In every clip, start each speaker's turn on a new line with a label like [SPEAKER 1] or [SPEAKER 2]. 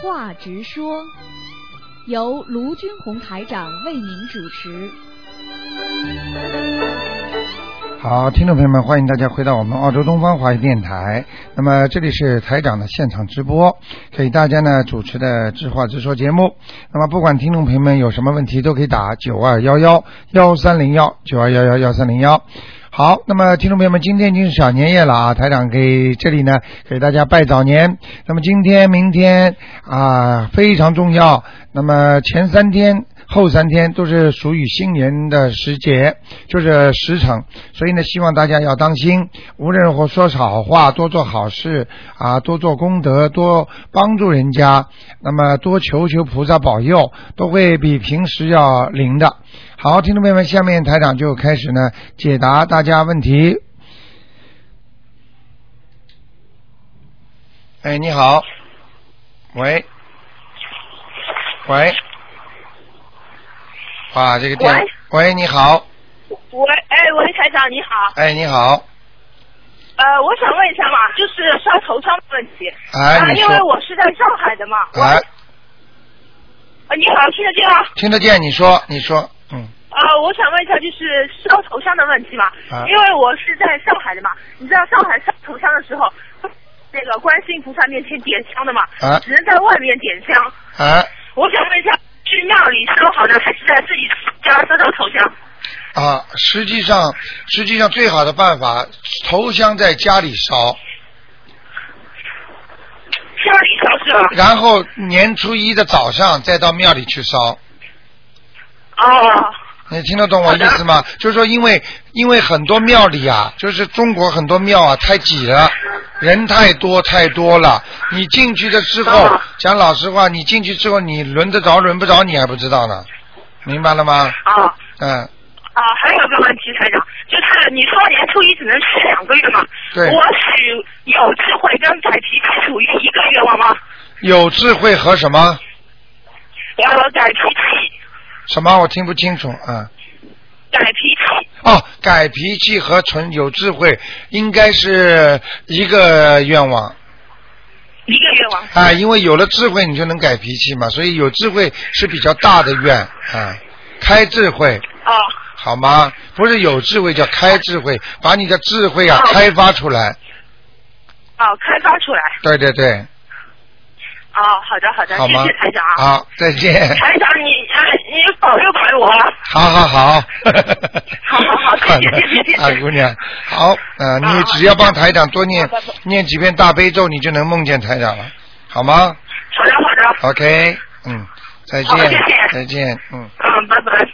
[SPEAKER 1] 话直说，由卢军红台长为您主持。
[SPEAKER 2] 好，听众朋友们，欢迎大家回到我们澳洲东方华语电台。那么这里是台长的现场直播，给大家呢主持的直话直说节目。那么不管听众朋友们有什么问题，都可以打九二幺幺幺三零幺九二幺幺幺三零幺。好，那么听众朋友们，今天已经是小年夜了啊，台长给这里呢给大家拜早年。那么今天、明天啊非常重要。那么前三天、后三天都是属于新年的时节，就是时辰，所以呢，希望大家要当心，无论如何说好话，多做好事啊，多做功德，多帮助人家，那么多求求菩萨保佑，都会比平时要灵的。好，听众朋友们，下面台长就开始呢解答大家问题。哎，你好，喂，喂，哇，这个电，喂，你好，
[SPEAKER 3] 喂，哎，喂，台长你好，
[SPEAKER 2] 哎，你好，
[SPEAKER 3] 呃，我想问一下嘛，就是上头伤的问题，
[SPEAKER 2] 哎
[SPEAKER 3] 啊，
[SPEAKER 2] 你
[SPEAKER 3] 因
[SPEAKER 2] 说
[SPEAKER 3] 为我是在上海的嘛，我
[SPEAKER 2] 哎，
[SPEAKER 3] 呃你好，听得见吗？
[SPEAKER 2] 听得见，你说，你说，嗯，
[SPEAKER 3] 呃，我想问一下，就是烧头香的问题嘛，
[SPEAKER 2] 啊
[SPEAKER 3] 因为我是在上海的嘛，你知道上海烧头香的时候，那个观世音菩萨面前点香的嘛，
[SPEAKER 2] 啊
[SPEAKER 3] 只能在外面点香。
[SPEAKER 2] 哎，
[SPEAKER 3] 我想问一下，去庙里烧好的还是在自己家烧的头香？
[SPEAKER 2] 啊，实际上，实际上最好的办法，头香在家里烧，
[SPEAKER 3] 家里烧是 吧？
[SPEAKER 2] 然后年初一的早上再到庙里去烧。
[SPEAKER 3] 哦，
[SPEAKER 2] 你听得懂我意思吗？就是说，因为因为很多庙里啊，就是中国很多庙啊太挤了，人太多太多了。你进去的之后
[SPEAKER 3] 啊，
[SPEAKER 2] 讲老实话，你进去之后，你轮得着轮不着你还不知道呢，明白了吗？
[SPEAKER 3] 哦。
[SPEAKER 2] 嗯，
[SPEAKER 3] 啊，还有个问题，台长，就是你说年初一只能吃两个月嘛？
[SPEAKER 2] 对
[SPEAKER 3] 我许有智慧跟改脾气属于一个愿望吗？
[SPEAKER 2] 有智慧和什么
[SPEAKER 3] 呃，改脾气，
[SPEAKER 2] 什么我听不清楚啊、
[SPEAKER 3] 改脾气，
[SPEAKER 2] 嗯。哦，改脾气和存有智慧应该是一个愿望。
[SPEAKER 3] 一个愿望。
[SPEAKER 2] 啊，因为有了智慧，你就能改脾气嘛，所以有智慧是比较大的愿啊，开智慧
[SPEAKER 3] 哦
[SPEAKER 2] 好吗？不是有智慧叫开智慧，把你的智慧啊
[SPEAKER 3] 哦
[SPEAKER 2] 开发出来。
[SPEAKER 3] 哦，开发出来。
[SPEAKER 2] 对对对，
[SPEAKER 3] 哦，好的好的，
[SPEAKER 2] 好
[SPEAKER 3] 谢
[SPEAKER 2] 吗
[SPEAKER 3] 谢台长？啊。
[SPEAKER 2] 好，再见。
[SPEAKER 3] 台长，你哎，你保佑保佑我啊。
[SPEAKER 2] 好好 好，
[SPEAKER 3] 好好 谢谢谢谢谢谢
[SPEAKER 2] 啊，姑娘，好，呃，你
[SPEAKER 3] 啊
[SPEAKER 2] 只要帮台长多念
[SPEAKER 3] 好的好的
[SPEAKER 2] 念几遍大悲咒，你就能梦见台长了，好吗
[SPEAKER 3] 好的好的，
[SPEAKER 2] ？OK，嗯，再
[SPEAKER 3] 好
[SPEAKER 2] 见
[SPEAKER 3] 谢谢，
[SPEAKER 2] 再见，嗯。
[SPEAKER 3] 嗯，拜拜。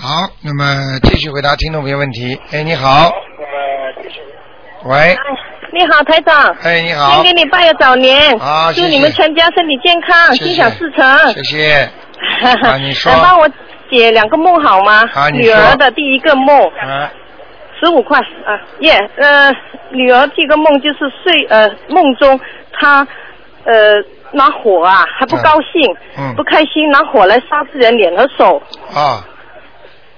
[SPEAKER 2] 好，那么继续回答听众朋友问题。哎，你好。喂，
[SPEAKER 4] 你好，台长。
[SPEAKER 2] 哎，你好
[SPEAKER 4] 先给。你拜个早年，
[SPEAKER 2] 好谢谢
[SPEAKER 4] 祝你们全家身体健康，
[SPEAKER 2] 谢谢
[SPEAKER 4] 心想事成。
[SPEAKER 2] 谢谢。啊你说
[SPEAKER 4] 来帮我解两个梦好吗？
[SPEAKER 2] 啊你说
[SPEAKER 4] 女儿的第一个梦，
[SPEAKER 2] 啊，
[SPEAKER 4] 十五块啊，耶、呃，女儿第一个梦就是睡呃梦中她呃拿火啊，还不
[SPEAKER 2] 嗯
[SPEAKER 4] 高兴，
[SPEAKER 2] 嗯
[SPEAKER 4] 不开心，拿火来烧自己的脸和手。
[SPEAKER 2] 啊，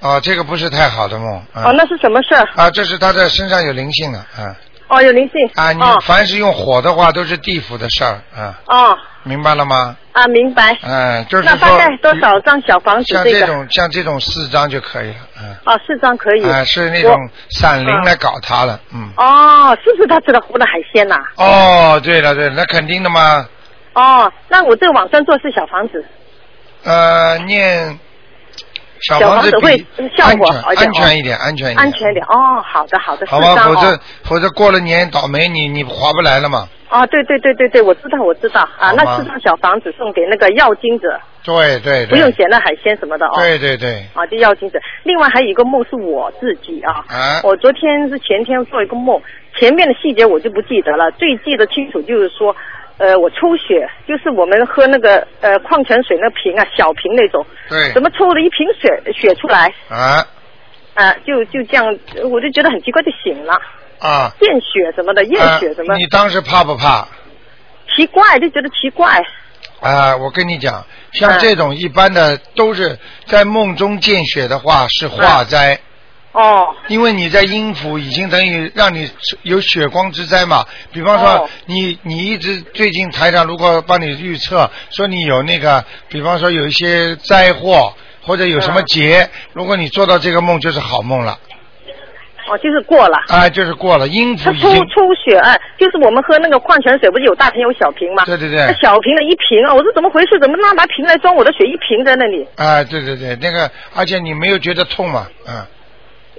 [SPEAKER 2] 哦，这个不是太好的梦。啊、
[SPEAKER 4] 哦，那是什么事儿？
[SPEAKER 2] 啊，这是他的身上有灵性啊。啊
[SPEAKER 4] 哦，有灵性。
[SPEAKER 2] 啊，你
[SPEAKER 4] 哦
[SPEAKER 2] 凡是用火的话，都是地府的事儿啊，
[SPEAKER 4] 哦
[SPEAKER 2] 明白了吗？
[SPEAKER 4] 啊，明白。
[SPEAKER 2] 嗯、就是
[SPEAKER 4] 那
[SPEAKER 2] 说。
[SPEAKER 4] 大概多少张小房子
[SPEAKER 2] 像？
[SPEAKER 4] 哦这
[SPEAKER 2] 这
[SPEAKER 4] 个？
[SPEAKER 2] 种像这种四张就可以了。嗯、啊。
[SPEAKER 4] 哦，四张可以。
[SPEAKER 2] 是那种
[SPEAKER 4] 我
[SPEAKER 2] 闪灵
[SPEAKER 4] 啊
[SPEAKER 2] 来搞他了。嗯。
[SPEAKER 4] 哦，是不是他吃了活的海鲜呐、
[SPEAKER 2] 哦，对了对了，那肯定的嘛。
[SPEAKER 4] 哦，那我这个网上做是小房子，
[SPEAKER 2] 呃，念小房子
[SPEAKER 4] 小房子
[SPEAKER 2] 比
[SPEAKER 4] 会效
[SPEAKER 2] 安
[SPEAKER 4] 果
[SPEAKER 2] 全
[SPEAKER 4] 而且
[SPEAKER 2] 安全一点，安全一点，
[SPEAKER 4] 安全一点。哦，好的好的，
[SPEAKER 2] 好
[SPEAKER 4] 四
[SPEAKER 2] 吧？
[SPEAKER 4] 张
[SPEAKER 2] 否
[SPEAKER 4] 哦
[SPEAKER 2] 则。否则过了年倒霉，你你划不来了嘛。
[SPEAKER 4] 哦，对对对对对，我知道我知道啊，
[SPEAKER 2] 好
[SPEAKER 4] 那
[SPEAKER 2] 吗
[SPEAKER 4] 四张小房子送给那个要经者，
[SPEAKER 2] 对对对，
[SPEAKER 4] 不用写那海鲜什么的哦。
[SPEAKER 2] 对对对，
[SPEAKER 4] 啊，就要精神。另外还有一个梦是我自己啊，
[SPEAKER 2] 啊
[SPEAKER 4] 我昨天是前天做一个梦，前面的细节我就不记得了，最记得清楚就是说，呃，我抽血，就是我们喝那个呃矿泉水那瓶啊，小瓶那种，
[SPEAKER 2] 对
[SPEAKER 4] 怎么抽了一瓶血血出来
[SPEAKER 2] 啊
[SPEAKER 4] 啊、就就这样，呃我就觉得很奇怪，就醒了，
[SPEAKER 2] 啊
[SPEAKER 4] 验血什么的，验
[SPEAKER 2] 啊
[SPEAKER 4] 血什么，
[SPEAKER 2] 你当时怕不怕？
[SPEAKER 4] 奇怪就觉得奇怪，
[SPEAKER 2] 啊，我跟你讲，像
[SPEAKER 4] 嗯
[SPEAKER 2] 这种一般的都是在梦中见血的话是化
[SPEAKER 4] 嗯
[SPEAKER 2] 灾，
[SPEAKER 4] 哦，
[SPEAKER 2] 因为你在阴府已经等于让你有血光之灾嘛。比方说
[SPEAKER 4] 哦
[SPEAKER 2] 你，你一直最近台长如果帮你预测说你有那个，比方说有一些灾祸或者有什
[SPEAKER 4] 嗯
[SPEAKER 2] 么劫，如果你做到这个梦就是好梦了，
[SPEAKER 4] 哦，就是过了。
[SPEAKER 2] 啊，就是过了阴府
[SPEAKER 4] 它
[SPEAKER 2] 已
[SPEAKER 4] 出
[SPEAKER 2] 经。
[SPEAKER 4] 出血案，就是我们喝那个矿泉水，不是有大瓶有小瓶吗？
[SPEAKER 2] 对对对
[SPEAKER 4] 那小瓶的一瓶啊，我说怎么回事？怎么拿拿瓶来装我的血？一瓶在那里，
[SPEAKER 2] 啊，对对对，那个，而且你没有觉得痛嘛？啊，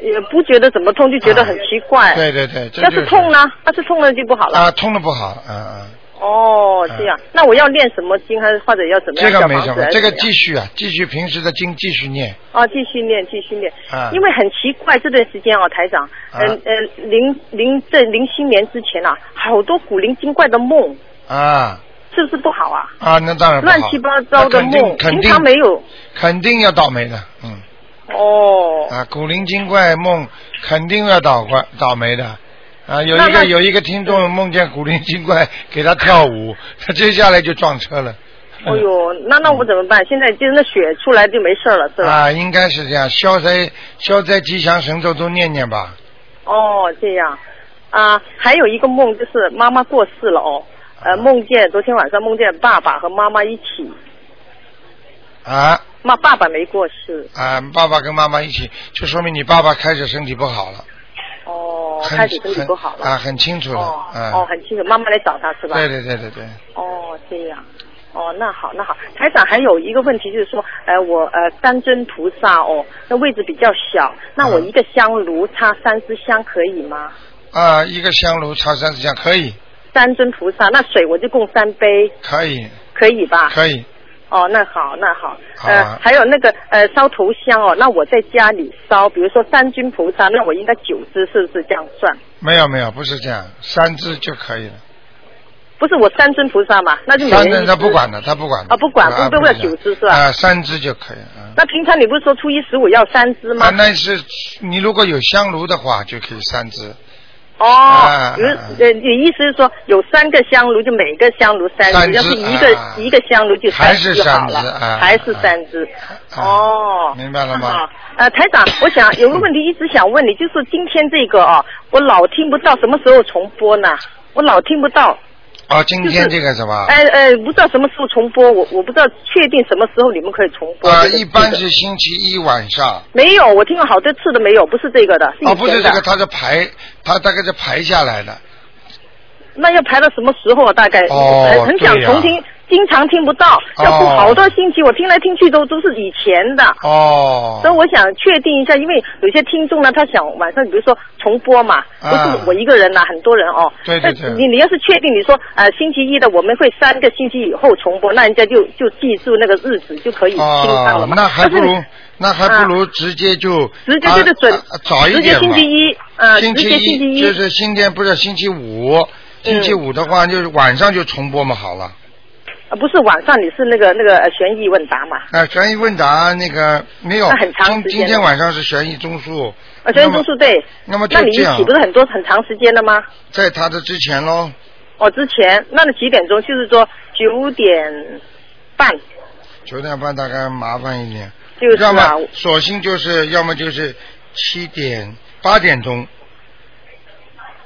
[SPEAKER 4] 也不觉得怎么痛，就觉得很奇怪。
[SPEAKER 2] 对对对，这
[SPEAKER 4] 哎要
[SPEAKER 2] 就是
[SPEAKER 4] 痛呢？要是痛了就不好了。
[SPEAKER 2] 啊，痛的不好，啊啊，
[SPEAKER 4] 哦，这样，那我要练什么经，还是或者要怎么样？
[SPEAKER 2] 这个
[SPEAKER 4] 小
[SPEAKER 2] 没
[SPEAKER 4] 房
[SPEAKER 2] 什
[SPEAKER 4] 子
[SPEAKER 2] 么，
[SPEAKER 4] 还是
[SPEAKER 2] 这个
[SPEAKER 4] 怎么样
[SPEAKER 2] 继续啊，继续平时的经继续念，
[SPEAKER 4] 哦，继续练，继续练。
[SPEAKER 2] 啊
[SPEAKER 4] 因为很奇怪，这段时间哦，台长，嗯、
[SPEAKER 2] 啊
[SPEAKER 4] 呃，临临这临新年之前啊，好多古灵精怪的梦，
[SPEAKER 2] 啊
[SPEAKER 4] 是不是不好啊？
[SPEAKER 2] 啊，那当然不好
[SPEAKER 4] 乱七八糟的
[SPEAKER 2] 那
[SPEAKER 4] 梦，
[SPEAKER 2] 肯
[SPEAKER 4] 平
[SPEAKER 2] 定
[SPEAKER 4] 常
[SPEAKER 2] 肯
[SPEAKER 4] 没
[SPEAKER 2] 定
[SPEAKER 4] 有。
[SPEAKER 2] 肯定要倒霉的，嗯
[SPEAKER 4] 哦，
[SPEAKER 2] 啊，古灵精怪梦肯定要倒怪倒霉的。啊，有
[SPEAKER 4] 那
[SPEAKER 2] 一
[SPEAKER 4] 那
[SPEAKER 2] 个有一个听众梦见古灵精怪给他跳舞，他接下来就撞车了。
[SPEAKER 4] 哎呦，那那我怎么办？现在就是那血出来就没事了，是吧？
[SPEAKER 2] 嗯啊，应该是这样，消灾消灾吉祥神咒都念念吧。
[SPEAKER 4] 哦，这样，啊，还有一个梦就是妈妈过世了哦，呃，梦见昨天晚上梦见爸爸和妈妈一起，
[SPEAKER 2] 啊
[SPEAKER 4] 妈爸爸没过世，
[SPEAKER 2] 啊，爸爸跟妈妈一起，就说明你爸爸开始身体不好了，
[SPEAKER 4] 哦，
[SPEAKER 2] 很
[SPEAKER 4] 开始身体不好
[SPEAKER 2] 很啊，
[SPEAKER 4] 了，
[SPEAKER 2] 很清楚了，
[SPEAKER 4] 哦
[SPEAKER 2] 啊，
[SPEAKER 4] 哦，很清楚，妈妈来找他是吧？
[SPEAKER 2] 对对对对对，
[SPEAKER 4] 哦，这样。哦，那好，那好，台长还有一个问题就是说，呃，我呃三尊菩萨哦，那位置比较小，那我
[SPEAKER 2] 嗯
[SPEAKER 4] 一个香炉插三支香可以吗？
[SPEAKER 2] 啊，一个香炉插三十香可以
[SPEAKER 4] 三尊菩萨，那水我就供三杯，
[SPEAKER 2] 可以
[SPEAKER 4] 可以吧？
[SPEAKER 2] 可以
[SPEAKER 4] 哦，那好，那好。
[SPEAKER 2] 好啊
[SPEAKER 4] 呃，还有那个呃烧头香哦，那我在家里烧，比如说三尊菩萨，那我应该九支是不是这样算？
[SPEAKER 2] 没有没有，不是这样，三只就可以了。
[SPEAKER 4] 不是我三尊菩萨嘛，那就每
[SPEAKER 2] 三
[SPEAKER 4] 人
[SPEAKER 2] 只
[SPEAKER 4] 一
[SPEAKER 2] 他不
[SPEAKER 4] 支
[SPEAKER 2] 管的，他不管的。
[SPEAKER 4] 啊不管
[SPEAKER 2] 啊
[SPEAKER 4] 不
[SPEAKER 2] 管
[SPEAKER 4] 不不要
[SPEAKER 2] 的
[SPEAKER 4] 九只是吧
[SPEAKER 2] 啊，三只就可以啊。
[SPEAKER 4] 那平常你不是说初一十五要三支吗？
[SPEAKER 2] 啊，那是你如果有香炉的话，就可以三只，
[SPEAKER 4] 哦
[SPEAKER 2] 啊，
[SPEAKER 4] 你呃，你意思是说有三个香炉，就每个香炉三
[SPEAKER 2] 三
[SPEAKER 4] 只，
[SPEAKER 2] 只
[SPEAKER 4] 要是一个、
[SPEAKER 2] 啊
[SPEAKER 4] 一个香炉就
[SPEAKER 2] 还是
[SPEAKER 4] 只就好
[SPEAKER 2] 三只
[SPEAKER 4] 了，
[SPEAKER 2] 啊
[SPEAKER 4] 还是三只。
[SPEAKER 2] 啊
[SPEAKER 4] 哦，
[SPEAKER 2] 明白了吗嗯
[SPEAKER 4] 好？呃，台长，我想有个问题一直想问你，就是今天这个哦，我老听不到什么时候重播呢？我老听不到，
[SPEAKER 2] 哦，今
[SPEAKER 4] 就是
[SPEAKER 2] 天这个是吧？
[SPEAKER 4] 哎哎，不知道什么时候重播，我我不知道确定什么时候你们可以重播。
[SPEAKER 2] 啊，
[SPEAKER 4] 这个
[SPEAKER 2] 一般
[SPEAKER 4] 这个
[SPEAKER 2] 是星期一晚上。
[SPEAKER 4] 没有，我听了好多次都没有，不是这个的，是
[SPEAKER 2] 哦，
[SPEAKER 4] 以
[SPEAKER 2] 不
[SPEAKER 4] 前
[SPEAKER 2] 是
[SPEAKER 4] 的。
[SPEAKER 2] 这个，它是排，它大概是排下来的。
[SPEAKER 4] 那要排到什么时候啊？大概
[SPEAKER 2] 哦
[SPEAKER 4] 很很想
[SPEAKER 2] 对呀
[SPEAKER 4] 重听，经常听不到，要过
[SPEAKER 2] 哦
[SPEAKER 4] 好多星期，我听来听去都都是以前的。
[SPEAKER 2] 哦
[SPEAKER 4] 所以。我想确定一下，因为有些听众呢，他想晚上比如说重播嘛，不
[SPEAKER 2] 啊
[SPEAKER 4] 是我一个人呐、很多人哦。
[SPEAKER 2] 对对
[SPEAKER 4] 那
[SPEAKER 2] 对
[SPEAKER 4] 你你要是确定，你说呃星期一的我们会三个星期以后重播，那人家就就记住那个日子就可以听到了
[SPEAKER 2] 哦，
[SPEAKER 4] 嘛。
[SPEAKER 2] 那还
[SPEAKER 4] 但
[SPEAKER 2] 不
[SPEAKER 4] 是你
[SPEAKER 2] 如，那还不如直接就
[SPEAKER 4] 直接
[SPEAKER 2] 啊
[SPEAKER 4] 就是准
[SPEAKER 2] 啊早一
[SPEAKER 4] 直接
[SPEAKER 2] 点
[SPEAKER 4] 星
[SPEAKER 2] 嘛
[SPEAKER 4] 期一，呃，直
[SPEAKER 2] 星期
[SPEAKER 4] 接星期一，嗯
[SPEAKER 2] 就是今天不是星期五，星期五的话就是晚上就重播嘛，好了。
[SPEAKER 4] 呃不是晚上你是那个那个呃悬疑问答嘛？
[SPEAKER 2] 啊，悬疑问答那个没有
[SPEAKER 4] 那很，长
[SPEAKER 2] 今
[SPEAKER 4] 时间
[SPEAKER 2] 今天
[SPEAKER 4] 了
[SPEAKER 2] 晚上是悬疑综述。
[SPEAKER 4] 啊，悬疑综述对。
[SPEAKER 2] 那么就
[SPEAKER 4] 那你
[SPEAKER 2] 这
[SPEAKER 4] 一
[SPEAKER 2] 样
[SPEAKER 4] 起不是很多很长时间了吗？
[SPEAKER 2] 在他的之前喽，
[SPEAKER 4] 哦，之前那你几点钟？就是说九点半，
[SPEAKER 2] 九点半大概麻烦一点，
[SPEAKER 4] 就是
[SPEAKER 2] 要
[SPEAKER 4] 啊
[SPEAKER 2] 么，索性就是要么就是七点八点钟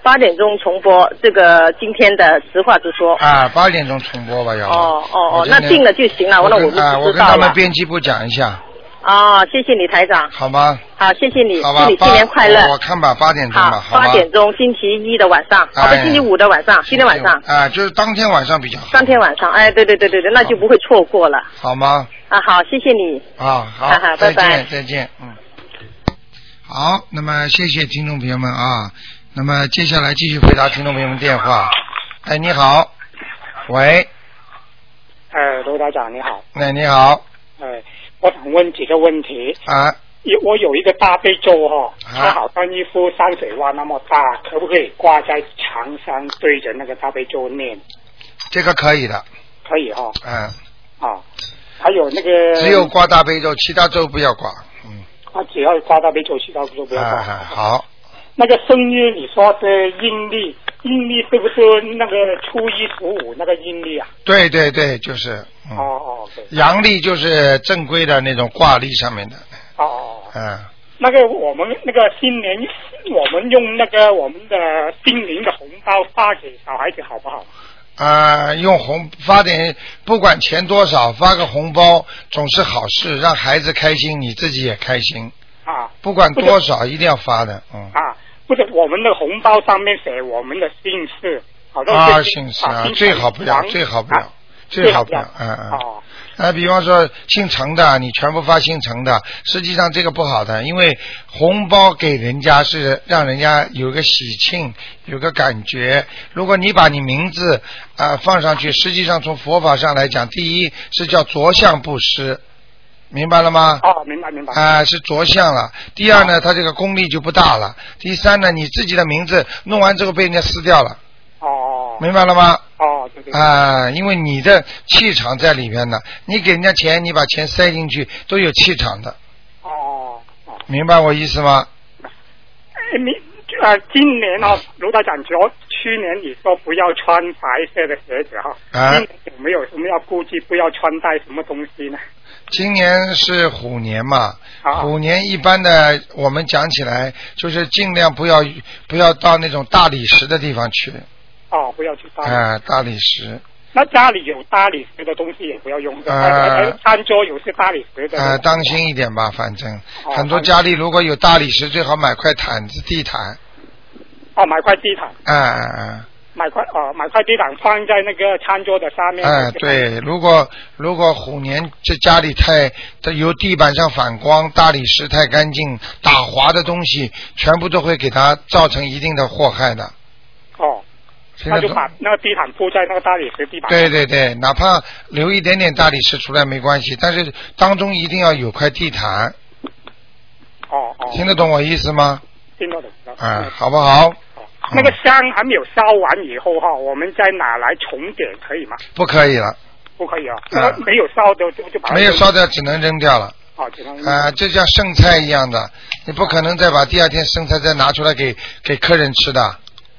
[SPEAKER 4] 八点钟重播这个今天的实话直说。
[SPEAKER 2] 啊，八点钟重播吧，要么。
[SPEAKER 4] 哦哦
[SPEAKER 2] 我
[SPEAKER 4] 哦，
[SPEAKER 2] 今
[SPEAKER 4] 那
[SPEAKER 2] 天
[SPEAKER 4] 定了就行了，那
[SPEAKER 2] 跟
[SPEAKER 4] 我
[SPEAKER 2] 啊，
[SPEAKER 4] 们
[SPEAKER 2] 我
[SPEAKER 4] 就知
[SPEAKER 2] 跟
[SPEAKER 4] 道
[SPEAKER 2] 他
[SPEAKER 4] 了
[SPEAKER 2] 们。编辑部讲一下，
[SPEAKER 4] 啊，谢谢你台长，
[SPEAKER 2] 好吗？
[SPEAKER 4] 好，谢谢你，
[SPEAKER 2] 好吧
[SPEAKER 4] 祝你，
[SPEAKER 2] 八
[SPEAKER 4] 新年快乐。
[SPEAKER 2] 我我看吧，八点钟吧，
[SPEAKER 4] 好，
[SPEAKER 2] 好吧
[SPEAKER 4] 八点钟，星期一的晚上，好不，
[SPEAKER 2] 哎
[SPEAKER 4] 星期五的晚上，今天晚上，
[SPEAKER 2] 啊，就是当天晚上比较好，
[SPEAKER 4] 当天晚上，哎，对对对对对，那就不会错过了。
[SPEAKER 2] 好吗？
[SPEAKER 4] 啊，好，谢谢你。
[SPEAKER 2] 啊，好
[SPEAKER 4] 哈哈，
[SPEAKER 2] 再
[SPEAKER 4] 拜
[SPEAKER 2] 见，
[SPEAKER 4] 拜
[SPEAKER 2] 再见，嗯。好，那么谢谢听众朋友们啊，那么接下来继续回答听众朋友们电话。哎，你好，喂，
[SPEAKER 5] 哎，罗台长你好，
[SPEAKER 2] 哎，你好，
[SPEAKER 5] 哎，我想问几个问题。
[SPEAKER 2] 啊，
[SPEAKER 5] 有我有一个大悲咒哈、哦，
[SPEAKER 2] 啊
[SPEAKER 5] 它好像一幅山水画那么大，可不可以挂在墙上对着那个大悲咒念？
[SPEAKER 2] 这个可以的，
[SPEAKER 5] 可以哈、
[SPEAKER 2] 嗯，
[SPEAKER 5] 哦，啊，还有那个
[SPEAKER 2] 只有挂大悲咒，其他咒不要挂，嗯，
[SPEAKER 5] 啊，只要挂大悲咒，其他就不要挂。
[SPEAKER 2] 啊，好，
[SPEAKER 5] 那个生日你说的阴历，阴历是不是那个初一十五那个阴历啊？
[SPEAKER 2] 对对对，就是，嗯，
[SPEAKER 5] 哦哦，对，
[SPEAKER 2] 阳历就是正规的那种挂历上面的，
[SPEAKER 5] 哦哦，哦
[SPEAKER 2] 嗯，
[SPEAKER 5] 那个我们那个新年，我们用那个我们的新年的红包发给小孩子好不好？
[SPEAKER 2] 啊、用红发点，不管钱多少，发个红包总是好事，让孩子开心，你自己也开心。
[SPEAKER 5] 啊
[SPEAKER 2] 不管多少，一定要发的，嗯。
[SPEAKER 5] 啊，或者我们的红包上面写我们的姓氏，好像
[SPEAKER 2] 啊，
[SPEAKER 5] 是
[SPEAKER 2] 姓氏啊，
[SPEAKER 5] 姓
[SPEAKER 2] 最好不要，
[SPEAKER 5] 王
[SPEAKER 2] 最好不要
[SPEAKER 5] 啊，
[SPEAKER 2] 最好不要，嗯嗯。
[SPEAKER 5] 哦
[SPEAKER 2] 啊，比方说姓陈的，你全部发姓陈的，实际上这个不好的，因为红包给人家是让人家有个喜庆，有个感觉。如果你把你名字啊、放上去，实际上从佛法上来讲，第一是叫着相布施，明白了吗？
[SPEAKER 5] 哦，明白明白。
[SPEAKER 2] 啊、是着相了。第二呢，他这个功力就不大了。第三呢，你自己的名字弄完之后被人家撕掉了，
[SPEAKER 5] 哦
[SPEAKER 2] 明白了吗？
[SPEAKER 5] 哦，对对。对
[SPEAKER 2] 啊，因为你的气场在里面呢，你给人家钱，你把钱塞进去，都有气场的，
[SPEAKER 5] 哦哦。
[SPEAKER 2] 明白我意思吗？
[SPEAKER 5] 哎，你呃，今年哦，卢道长，昨去年你说不要穿白色的鞋子哈、
[SPEAKER 2] 啊
[SPEAKER 5] 今年有没有什么要估计不要穿戴什么东西呢？
[SPEAKER 2] 今年是虎年嘛，
[SPEAKER 5] 啊
[SPEAKER 2] 虎年一般的我们讲起来就是尽量不要不要到那种大理石的地方去，
[SPEAKER 5] 哦，不要去搭、
[SPEAKER 2] 啊，大理石，
[SPEAKER 5] 那家里有搭理石的东西也不要用的，
[SPEAKER 2] 啊
[SPEAKER 5] 呃、餐桌有些搭理石的。
[SPEAKER 2] 啊，当心一点吧，反正
[SPEAKER 5] 哦
[SPEAKER 2] 很多家里如果有大理石，最好买块毯子、地毯，
[SPEAKER 5] 哦，买块地毯，
[SPEAKER 2] 啊啊啊。
[SPEAKER 5] 买块哦，买块地毯放在那个餐桌的上面。
[SPEAKER 2] 哎，。对，如果如果虎年这家里太它由地板上反光、大理石太干净、打滑的东西，全部都会给它造成一定的祸害的。
[SPEAKER 5] 哦，
[SPEAKER 2] 现
[SPEAKER 5] 那
[SPEAKER 2] 在
[SPEAKER 5] 就
[SPEAKER 2] 都
[SPEAKER 5] 把那个地毯铺在那个大理石地板。
[SPEAKER 2] 对。对对，哪怕留一点点大理石出来没关系，但是当中一定要有块地毯，
[SPEAKER 5] 哦哦。嗯
[SPEAKER 2] 听得懂我意思吗？
[SPEAKER 5] 听到的。哦
[SPEAKER 2] 啊、好不好？
[SPEAKER 5] 那个香还没有烧完以后哈，我们再拿来重点可以吗？
[SPEAKER 2] 不可以了，
[SPEAKER 5] 不可以啊，
[SPEAKER 2] 啊
[SPEAKER 5] 那没有烧的嗯就就把它哦
[SPEAKER 2] 没有烧掉只能扔掉了。
[SPEAKER 5] 好，只能
[SPEAKER 2] 啊、这像剩菜一样的，你不可能再把第二天剩菜再拿出来给给客人吃的。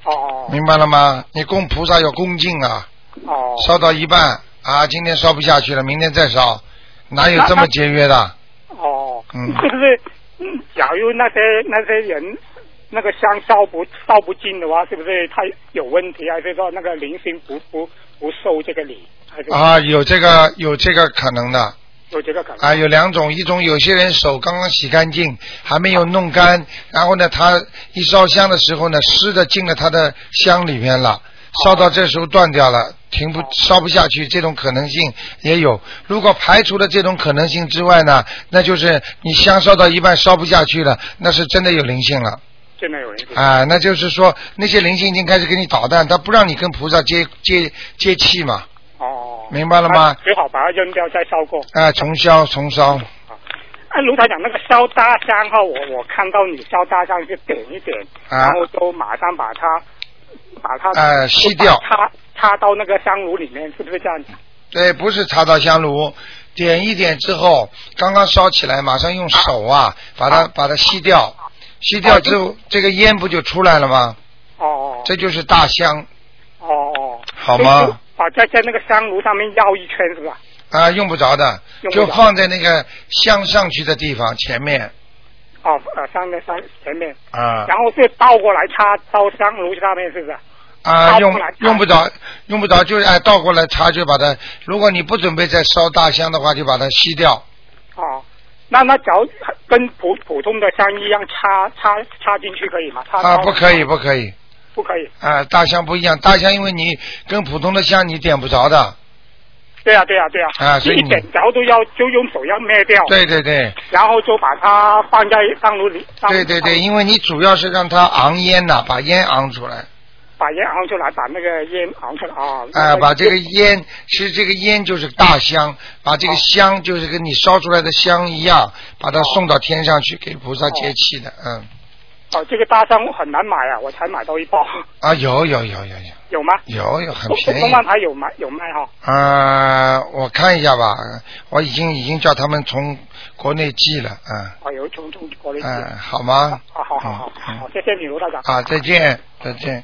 [SPEAKER 5] 哦
[SPEAKER 2] 明白了吗？你供菩萨要恭敬啊，
[SPEAKER 5] 哦，
[SPEAKER 2] 烧到一半啊，今天烧不下去了，明天再烧，哪有这么节约的？
[SPEAKER 5] 哦，
[SPEAKER 2] 嗯
[SPEAKER 5] 是不是？嗯假如那些那些人那个香烧不烧不尽的话，是不是他有问题，还是说那个灵性不不不受这个礼，还是
[SPEAKER 2] 啊，有这个有这个可能的
[SPEAKER 5] 有这个可能？
[SPEAKER 2] 啊，有两种，一种有些人手刚刚洗干净，还没有弄干，然后呢，他一烧香的时候呢，湿的进了他的香里面了。烧到这时候断掉了，停不烧不下去，这种可能性也有。如果排除了这种可能性之外呢，那就是你香烧到一半烧不下去了，那是真的有灵性了。
[SPEAKER 5] 真的有人啊
[SPEAKER 2] 啊，那就是说那些灵性已经开始给你捣蛋，他不让你跟菩萨接接接气嘛，
[SPEAKER 5] 哦，
[SPEAKER 2] 明白了吗
[SPEAKER 5] 那只好把它扔掉再烧过。
[SPEAKER 2] 啊，重烧重烧，
[SPEAKER 5] 啊，卢台长，那个烧大香哈，我我看到你烧大香就点一点，
[SPEAKER 2] 啊
[SPEAKER 5] 然后就马上把它把它
[SPEAKER 2] 呃吸掉
[SPEAKER 5] 插插到那个香炉里面，是不是这样子？
[SPEAKER 2] 对，不是插到香炉，点一点之后，刚刚烧起来，马上用手啊，把它把它吸掉，吸掉之后，这个烟不就出来了吗？
[SPEAKER 5] 哦
[SPEAKER 2] 这就是大香
[SPEAKER 5] 哦哦，
[SPEAKER 2] 好吗
[SPEAKER 5] 就是把在在那个香炉上面绕一圈是吧？
[SPEAKER 2] 啊，用不着的，
[SPEAKER 5] 用不
[SPEAKER 2] 就
[SPEAKER 5] 着
[SPEAKER 2] 放在那个香上去的地方前面
[SPEAKER 5] 哦，呃，上面上前面，
[SPEAKER 2] 啊
[SPEAKER 5] 然后是倒过来插到香炉上面，是不是？
[SPEAKER 2] 啊，
[SPEAKER 5] 倒
[SPEAKER 2] 用
[SPEAKER 5] 过来插
[SPEAKER 2] 用不着用不着，就是哎倒过来插就把它，如果你不准备再烧大香的话，就把它吸掉。
[SPEAKER 5] 哦，那那只要跟普普通的香一样插插插进去可以吗？插
[SPEAKER 2] 啊，
[SPEAKER 5] 到
[SPEAKER 2] 不可以，，不可以
[SPEAKER 5] 不可以。
[SPEAKER 2] 啊！大香不一样，大香因为你跟普通的香你点不着
[SPEAKER 5] 哦
[SPEAKER 2] 的，
[SPEAKER 5] 对啊，对啊，对啊，
[SPEAKER 2] 啊所以
[SPEAKER 5] 一
[SPEAKER 2] 你
[SPEAKER 5] 点着都要就用手要灭掉，，
[SPEAKER 2] 对对对，
[SPEAKER 5] 然后就把它放在香炉里，放
[SPEAKER 2] 对对对，，因为你主要是让它昂烟呐、把烟昂出来，
[SPEAKER 5] 把烟熬出来，把那个烟熬出来啊，
[SPEAKER 2] 啊，把这个
[SPEAKER 5] 烟
[SPEAKER 2] 烟，其实这个烟就是大香，把这个
[SPEAKER 5] 哦
[SPEAKER 2] 香就是跟你烧出来的香一样，把它送到天上去给菩萨接气的，嗯，
[SPEAKER 5] 哦，这个大香很难买啊，我才买到一包，
[SPEAKER 2] 啊，有有有有有
[SPEAKER 5] 有吗？
[SPEAKER 2] 有有很
[SPEAKER 5] 东
[SPEAKER 2] 便
[SPEAKER 5] 东
[SPEAKER 2] 宜
[SPEAKER 5] 方台有卖有卖哈，
[SPEAKER 2] 啊，我看一下吧，我已经已经叫他们从国内寄了，啊，
[SPEAKER 5] 哦，有从从国内寄，
[SPEAKER 2] 嗯，好吗？
[SPEAKER 5] 好啊好好好
[SPEAKER 2] 嗯嗯
[SPEAKER 5] 好，谢谢你卢道长，
[SPEAKER 2] 啊，再见，再见。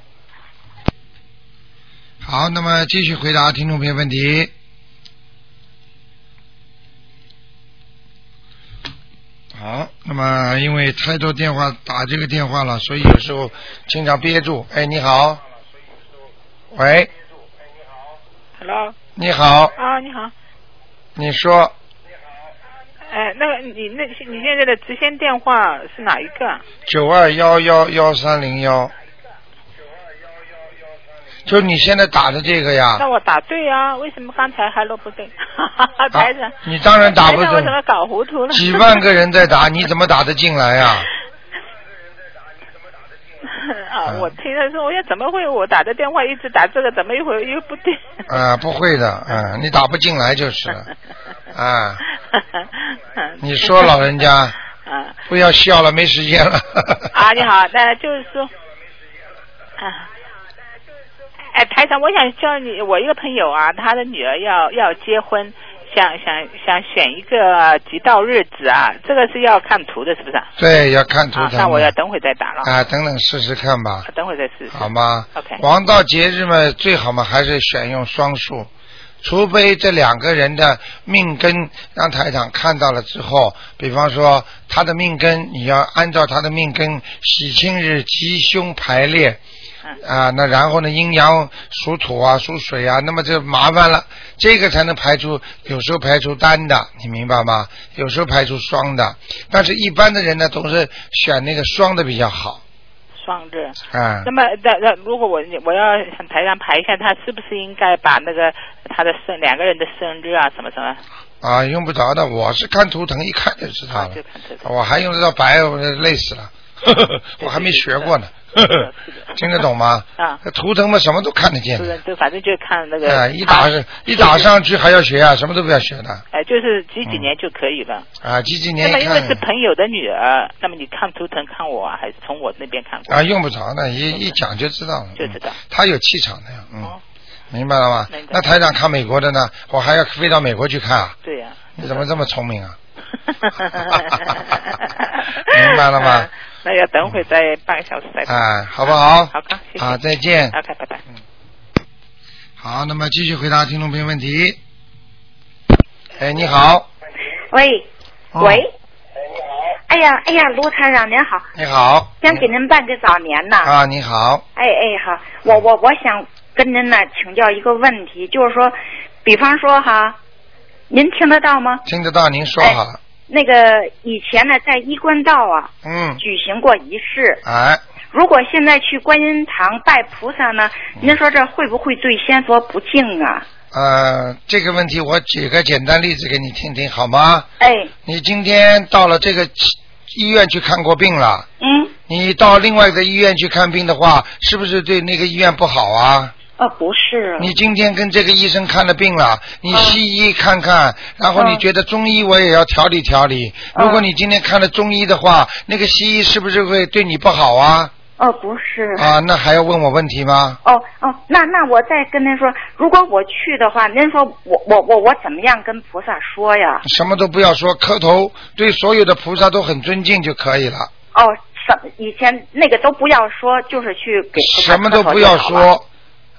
[SPEAKER 2] 好，那么继续回答听众朋友问题。好，那么因为太多电话打这个电话了，所以有时候经常憋住。哎，你好。
[SPEAKER 5] 啊
[SPEAKER 2] 喂，
[SPEAKER 3] Hello，
[SPEAKER 2] 你好，
[SPEAKER 3] 啊，你好，
[SPEAKER 2] 你说
[SPEAKER 3] 哎，那个你那你现在的直线电话是哪一个啊？
[SPEAKER 2] 九二幺幺幺三零幺。就你现在打的这个呀？
[SPEAKER 3] 那我答对啊，为什么刚才 Hello 不对？ 台长，
[SPEAKER 2] 你当然啊打不
[SPEAKER 3] 哎台长我
[SPEAKER 2] 准
[SPEAKER 3] 怎么搞糊涂了？
[SPEAKER 2] 几 万个人在打， 你怎么打得进来呀、
[SPEAKER 3] 啊！我听着说，我要怎么会我打的电话一直打这个，怎么一会儿又不对？
[SPEAKER 2] 啊？不会的，啊，你打不进来就是 了，啊，你说老人家
[SPEAKER 3] 啊
[SPEAKER 2] 不要笑了，没时间了。
[SPEAKER 3] 啊，你好，那就是说，啊，哎，台长，我想叫你，我一个朋友啊，他的女儿要要结婚，想想想选一个吉兆日子啊，这个是要看图的，是不是啊？
[SPEAKER 2] 对，要看图
[SPEAKER 3] 啊，
[SPEAKER 2] 腾。
[SPEAKER 3] 那我要等会再打了，
[SPEAKER 2] 啊，等等试试看吧，
[SPEAKER 3] 等会再试试。
[SPEAKER 2] 好吗
[SPEAKER 3] OK
[SPEAKER 2] 黄道节日嘛，最好嘛还是选用双数，除非这两个人的命根让台长看到了之后，比方说他的命根，你要按照他的命根喜庆日吉凶排列。啊，那然后呢？阴阳属土啊，属水啊，那么就麻烦了。这个才能排除，有时候排除单的，你明白吗？有时候排除双的，但是一般的人呢，总是选那个双的比较好。
[SPEAKER 3] 双日。
[SPEAKER 2] 啊
[SPEAKER 3] 那，么，那那如果我我要向台上排一下，他是不是应该把那个他的生两个人的生日啊什么什么，
[SPEAKER 2] 啊，用不着的，我是看图腾一看就知道了
[SPEAKER 3] 就，看这个。
[SPEAKER 2] 我还用得到白，我累死了， 我还没学过呢， 听得懂吗？
[SPEAKER 3] 啊，
[SPEAKER 2] 图腾嘛，什么都看得见
[SPEAKER 3] 就
[SPEAKER 2] 的，
[SPEAKER 3] 是就反正就看那个。
[SPEAKER 2] 啊，一打上一打上去还要学啊，什么都不要学的，
[SPEAKER 3] 哎，就是几几年就可以了。
[SPEAKER 2] 啊，几几
[SPEAKER 3] 那
[SPEAKER 2] 嗯年
[SPEAKER 3] 么
[SPEAKER 2] 一
[SPEAKER 3] 因为
[SPEAKER 2] 看
[SPEAKER 3] 是朋友的女儿，那么你看图腾看我啊，还是从我那边看过？
[SPEAKER 2] 啊，用不着的，一一讲就知道了，
[SPEAKER 3] 就知道
[SPEAKER 2] 嗯他有气场的呀，嗯
[SPEAKER 3] 哦，
[SPEAKER 2] 明白了吗
[SPEAKER 3] 明白？
[SPEAKER 2] 那台长看美国的呢，我还要飞到美国去看啊，
[SPEAKER 3] 对呀、
[SPEAKER 2] 你怎么这么聪 明啊？
[SPEAKER 3] 明
[SPEAKER 2] 明白了 吗？
[SPEAKER 3] 呃那要等会再半个小时再。
[SPEAKER 2] 哎，好不好？
[SPEAKER 3] 好的谢谢
[SPEAKER 2] 啊，再见。
[SPEAKER 3] OK，拜拜。
[SPEAKER 2] 好，那么继续回答听众朋友问题。哎，你好。
[SPEAKER 6] 喂，
[SPEAKER 2] 嗯
[SPEAKER 6] 喂，哎呀，哎呀，卢台长您好，
[SPEAKER 2] 你好。
[SPEAKER 6] 想给您办个早年呢。
[SPEAKER 2] 啊，你好。
[SPEAKER 6] 哎哎好，我我我想跟您呢请教一个问题，就是说，比方说哈，您听得到吗？
[SPEAKER 2] 听得到，您说好了。
[SPEAKER 6] 那个以前呢，在衣冠道啊
[SPEAKER 2] 嗯。
[SPEAKER 6] 举行过仪式，
[SPEAKER 2] 哎，
[SPEAKER 6] 如果现在去观音堂拜菩萨呢，
[SPEAKER 2] 嗯
[SPEAKER 6] 您说这会不会对仙佛不敬啊？
[SPEAKER 2] 呃，这个问题我举个简单例子给你听听好吗？
[SPEAKER 6] 哎，
[SPEAKER 2] 你今天到了这个医院去看过病了，
[SPEAKER 6] 嗯，
[SPEAKER 2] 你到另外一个医院去看病的话，是不是对那个医院不好啊？
[SPEAKER 6] 呃、不 是，
[SPEAKER 2] 你今天跟这个医生看了病了，
[SPEAKER 6] 啊
[SPEAKER 2] 你西医看看，然后你
[SPEAKER 6] 嗯
[SPEAKER 2] 觉得中医我也要调理调理。
[SPEAKER 6] 嗯
[SPEAKER 2] 如果你今天看了中医的话，那个西医是不是会对你不好啊？
[SPEAKER 6] 哦、不是，
[SPEAKER 2] 啊，那还要问我问题吗？
[SPEAKER 6] 哦哦，那那我再跟您说，如果我去的话，您说我我我我怎么样跟菩萨说呀？
[SPEAKER 2] 什么都不要说，磕头对所有的菩萨都很尊敬就可以了，
[SPEAKER 6] 哦，什以前那个都不要说，就是去给菩萨
[SPEAKER 2] 什么都
[SPEAKER 6] 磕头
[SPEAKER 2] 不
[SPEAKER 6] 就
[SPEAKER 2] 要
[SPEAKER 6] 好了。
[SPEAKER 2] 说。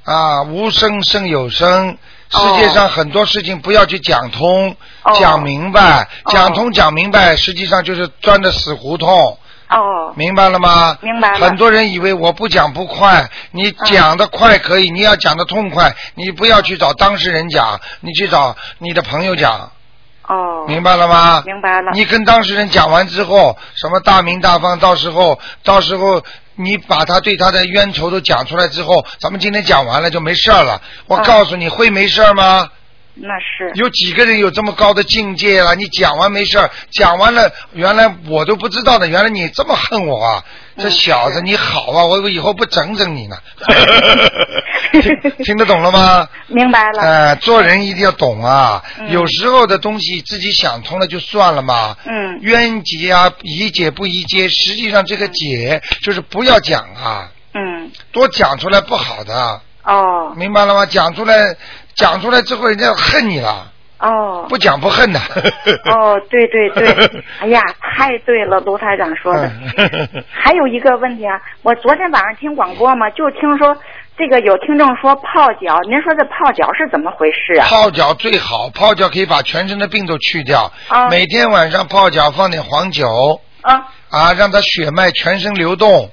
[SPEAKER 2] 啊，无声胜有声。世界上很多事情不要去讲通、
[SPEAKER 6] 哦
[SPEAKER 2] 讲明白、
[SPEAKER 6] 哦
[SPEAKER 2] 讲通、讲明白，实际上就是钻的死胡同。
[SPEAKER 6] 哦
[SPEAKER 2] 明白了吗？
[SPEAKER 6] 明白了嗯
[SPEAKER 2] 很多人以为我不讲不快，你讲的快可以，你要讲的痛快，你不要去找当事人讲，你去找你的朋友讲，
[SPEAKER 6] 哦，
[SPEAKER 2] 明白了吗？
[SPEAKER 6] 明白了。
[SPEAKER 2] 你跟当事人讲完之后，什么大名大放，到时候到时候你把他对他的冤仇都讲出来之后，咱们今天讲完了就没事儿了。我
[SPEAKER 6] 嗯
[SPEAKER 2] 告诉你、会没事儿吗？
[SPEAKER 6] 那是
[SPEAKER 2] 有几个人有这么高的境界了？你讲完没事儿，讲完了，原来我都不知道的，原来你这么恨我啊！这小子你好啊，我以后不整整 你呢。听听得懂了吗？
[SPEAKER 6] 明白了。
[SPEAKER 2] 呃，做人一定要懂啊，
[SPEAKER 6] 嗯
[SPEAKER 2] 有时候的东西自己想通了就算了嘛。
[SPEAKER 6] 嗯
[SPEAKER 2] 冤结啊，宜解不宜结，实际上这个解就是不要讲啊，
[SPEAKER 6] 嗯
[SPEAKER 2] 多讲出来不好的，
[SPEAKER 6] 哦
[SPEAKER 2] 明白了吗？讲出来，讲出来之后人家恨你了。
[SPEAKER 6] 哦
[SPEAKER 2] 不讲不恨的。
[SPEAKER 6] 哦，对对 对，哎呀，太对了，卢台长说的。
[SPEAKER 2] 嗯
[SPEAKER 6] 还有一个问题啊，我昨天晚上听广播嘛，就听说这个有听众说泡脚，您说这泡脚是怎么回事啊？
[SPEAKER 2] 泡脚最好，泡脚可以把全身的病都去掉。
[SPEAKER 6] 啊
[SPEAKER 2] 每天晚上泡脚放点黄酒
[SPEAKER 6] 啊，
[SPEAKER 2] 啊，让它血脉全身流动。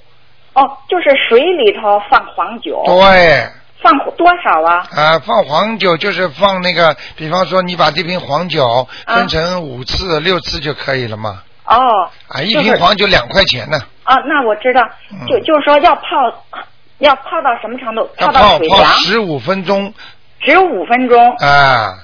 [SPEAKER 6] 哦，就是水里头放黄酒，
[SPEAKER 2] 对，
[SPEAKER 6] 放多少啊？
[SPEAKER 2] 啊，放黄酒就是放那个，比方说你把这瓶黄酒
[SPEAKER 6] 啊
[SPEAKER 2] 分成五次、六次就可以了嘛。
[SPEAKER 6] 哦，
[SPEAKER 2] 啊，一
[SPEAKER 6] 就是
[SPEAKER 2] 瓶黄酒两块钱呢，
[SPEAKER 6] 啊，那我知道，就
[SPEAKER 2] 嗯
[SPEAKER 6] 就是说要泡，要泡到什么程度？
[SPEAKER 2] 要
[SPEAKER 6] 到
[SPEAKER 2] 泡
[SPEAKER 6] 水
[SPEAKER 2] 泡
[SPEAKER 6] 凉，
[SPEAKER 2] 十五分钟
[SPEAKER 6] 只有五分钟，
[SPEAKER 2] 啊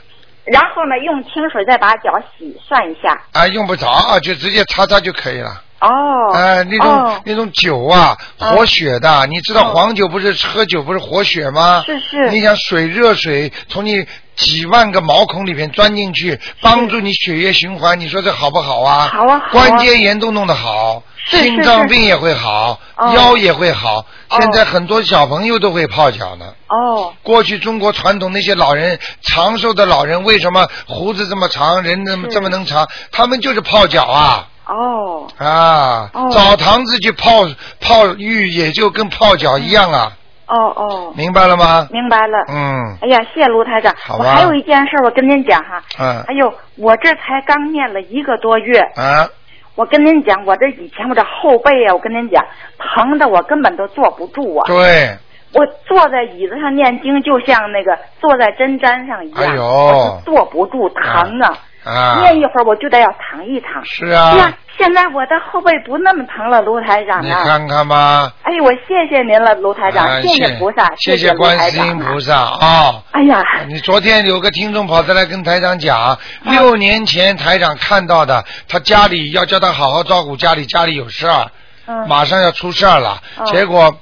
[SPEAKER 6] 然后呢，用清水再把脚洗涮一下。
[SPEAKER 2] 啊，用不着啊，就直接擦擦就可以了。
[SPEAKER 6] 哦，
[SPEAKER 2] 哎，那种、
[SPEAKER 6] 哦，
[SPEAKER 2] 那种酒啊，
[SPEAKER 6] 嗯
[SPEAKER 2] 活血的，你知道
[SPEAKER 6] 嗯
[SPEAKER 2] 黄酒不是、喝酒不是活血吗？
[SPEAKER 6] 是是
[SPEAKER 2] 你想水热水从你几万个毛孔里面钻进去，帮助你血液循环，你说这好不好啊？
[SPEAKER 6] 好啊好啊
[SPEAKER 2] 关节炎都弄得好，啊
[SPEAKER 6] 是是
[SPEAKER 2] 心脏病也会好，
[SPEAKER 6] 哦
[SPEAKER 2] 腰也会好。
[SPEAKER 6] 哦
[SPEAKER 2] 现在很多小朋友都会泡脚呢。
[SPEAKER 6] 哦，
[SPEAKER 2] 过去中国传统那些老人长寿的老人，为什么胡子这么长，人这么
[SPEAKER 6] 是
[SPEAKER 2] 这么能长？他们就是泡脚啊。
[SPEAKER 6] 哦，
[SPEAKER 2] 啊，
[SPEAKER 6] 哦
[SPEAKER 2] 澡堂子去泡泡浴也就跟泡脚一样啊，
[SPEAKER 6] 哦哦，
[SPEAKER 2] 明白了吗？
[SPEAKER 6] 明白了。
[SPEAKER 2] 嗯
[SPEAKER 6] 哎呀，谢谢卢台长。
[SPEAKER 2] 好
[SPEAKER 6] 我
[SPEAKER 2] 吧
[SPEAKER 6] 还有一件事，我跟您讲哈。
[SPEAKER 2] 嗯
[SPEAKER 6] 哎呦，我这才刚念了一个多月，
[SPEAKER 2] 啊，
[SPEAKER 6] 我跟您讲，我这以前我这后背啊，我跟您讲，疼的我根本都坐不住啊。
[SPEAKER 2] 对，
[SPEAKER 6] 我坐在椅子上念经，就像那个坐在针毡上一样，
[SPEAKER 2] 哎呦
[SPEAKER 6] 我是坐不住，疼啊！
[SPEAKER 2] 啊，
[SPEAKER 6] 念一会儿我就得要躺一躺。
[SPEAKER 2] 是
[SPEAKER 6] 哎呀、
[SPEAKER 2] 啊，
[SPEAKER 6] 现在我的后背不那么疼了，卢台长
[SPEAKER 2] 你
[SPEAKER 6] 啊！
[SPEAKER 2] 看看吧，
[SPEAKER 6] 哎呦，我谢谢您了，卢台长，
[SPEAKER 2] 啊
[SPEAKER 6] 谢谢菩萨，
[SPEAKER 2] 谢
[SPEAKER 6] 谢
[SPEAKER 2] 谢
[SPEAKER 6] 卢台
[SPEAKER 2] 观世
[SPEAKER 6] 长
[SPEAKER 2] 音
[SPEAKER 6] 啊
[SPEAKER 2] 菩萨啊。
[SPEAKER 6] 哎呀，
[SPEAKER 2] 你昨天有个听众跑出来跟台长
[SPEAKER 6] 啊
[SPEAKER 2] 讲，六年前台长看到的，他家里要叫他好好照顾家里，家里有事儿，
[SPEAKER 6] 嗯，
[SPEAKER 2] 马上要出事儿了，
[SPEAKER 6] 嗯
[SPEAKER 2] 结果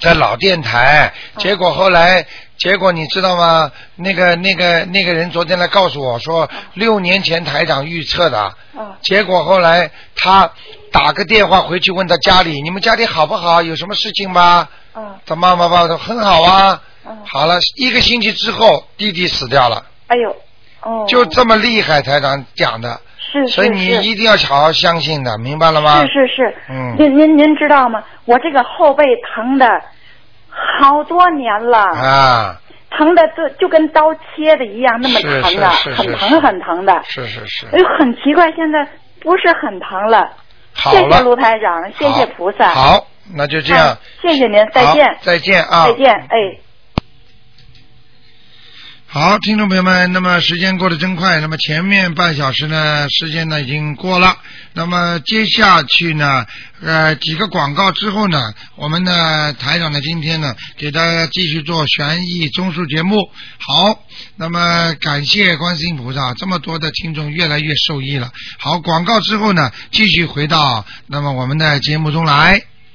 [SPEAKER 2] 在老电台，
[SPEAKER 6] 哦
[SPEAKER 2] 结果后来。结果你知道吗？那个、那个、那个人昨天来告诉我说，
[SPEAKER 6] 哦
[SPEAKER 2] 六年前台长预测的。
[SPEAKER 6] 嗯
[SPEAKER 2] 结果后来他打个电话回去问他家里，你们家里好不好？有什么事情吗？
[SPEAKER 6] 嗯，
[SPEAKER 2] 他妈妈爸爸说很好啊。
[SPEAKER 6] 嗯
[SPEAKER 2] 好了，一个星期之后，弟弟死掉了，
[SPEAKER 6] 哎呦，哦，
[SPEAKER 2] 就这么厉害，台长讲的。
[SPEAKER 6] 是，
[SPEAKER 2] 所以
[SPEAKER 6] 是
[SPEAKER 2] 你
[SPEAKER 6] 是
[SPEAKER 2] 一定要好好相信的，明白了吗？
[SPEAKER 6] 是是是，
[SPEAKER 2] 嗯
[SPEAKER 6] 您您您知道吗？我这个后背疼的好多年了，
[SPEAKER 2] 啊。
[SPEAKER 6] 疼的就就跟刀切的一样，那么疼的，
[SPEAKER 2] 是是是
[SPEAKER 6] 很
[SPEAKER 2] 是
[SPEAKER 6] 疼很疼的。
[SPEAKER 2] 是是是
[SPEAKER 6] 哎，呦，很奇怪，现在不是很疼了。
[SPEAKER 2] 好
[SPEAKER 6] 谢
[SPEAKER 2] 了，
[SPEAKER 6] 谢卢台长，谢
[SPEAKER 2] 好
[SPEAKER 6] 谢菩萨。
[SPEAKER 2] 好，那就这
[SPEAKER 6] 哎
[SPEAKER 2] 样，
[SPEAKER 6] 谢谢您，再
[SPEAKER 2] 好
[SPEAKER 6] 见，
[SPEAKER 2] 再见啊，
[SPEAKER 6] 再见，哎。
[SPEAKER 2] 好，听众朋友们，那么时间过得真快，那么前面半小时呢，时间呢已经过了，那么接下去呢，呃，几个广告之后呢，我们呢台长呢今天呢给大家继续做悬疑综述节目。好，那么感谢观世音菩萨，这么多的听众越来越受益了。好，广告之后呢，继续回到那么我们的节目中来。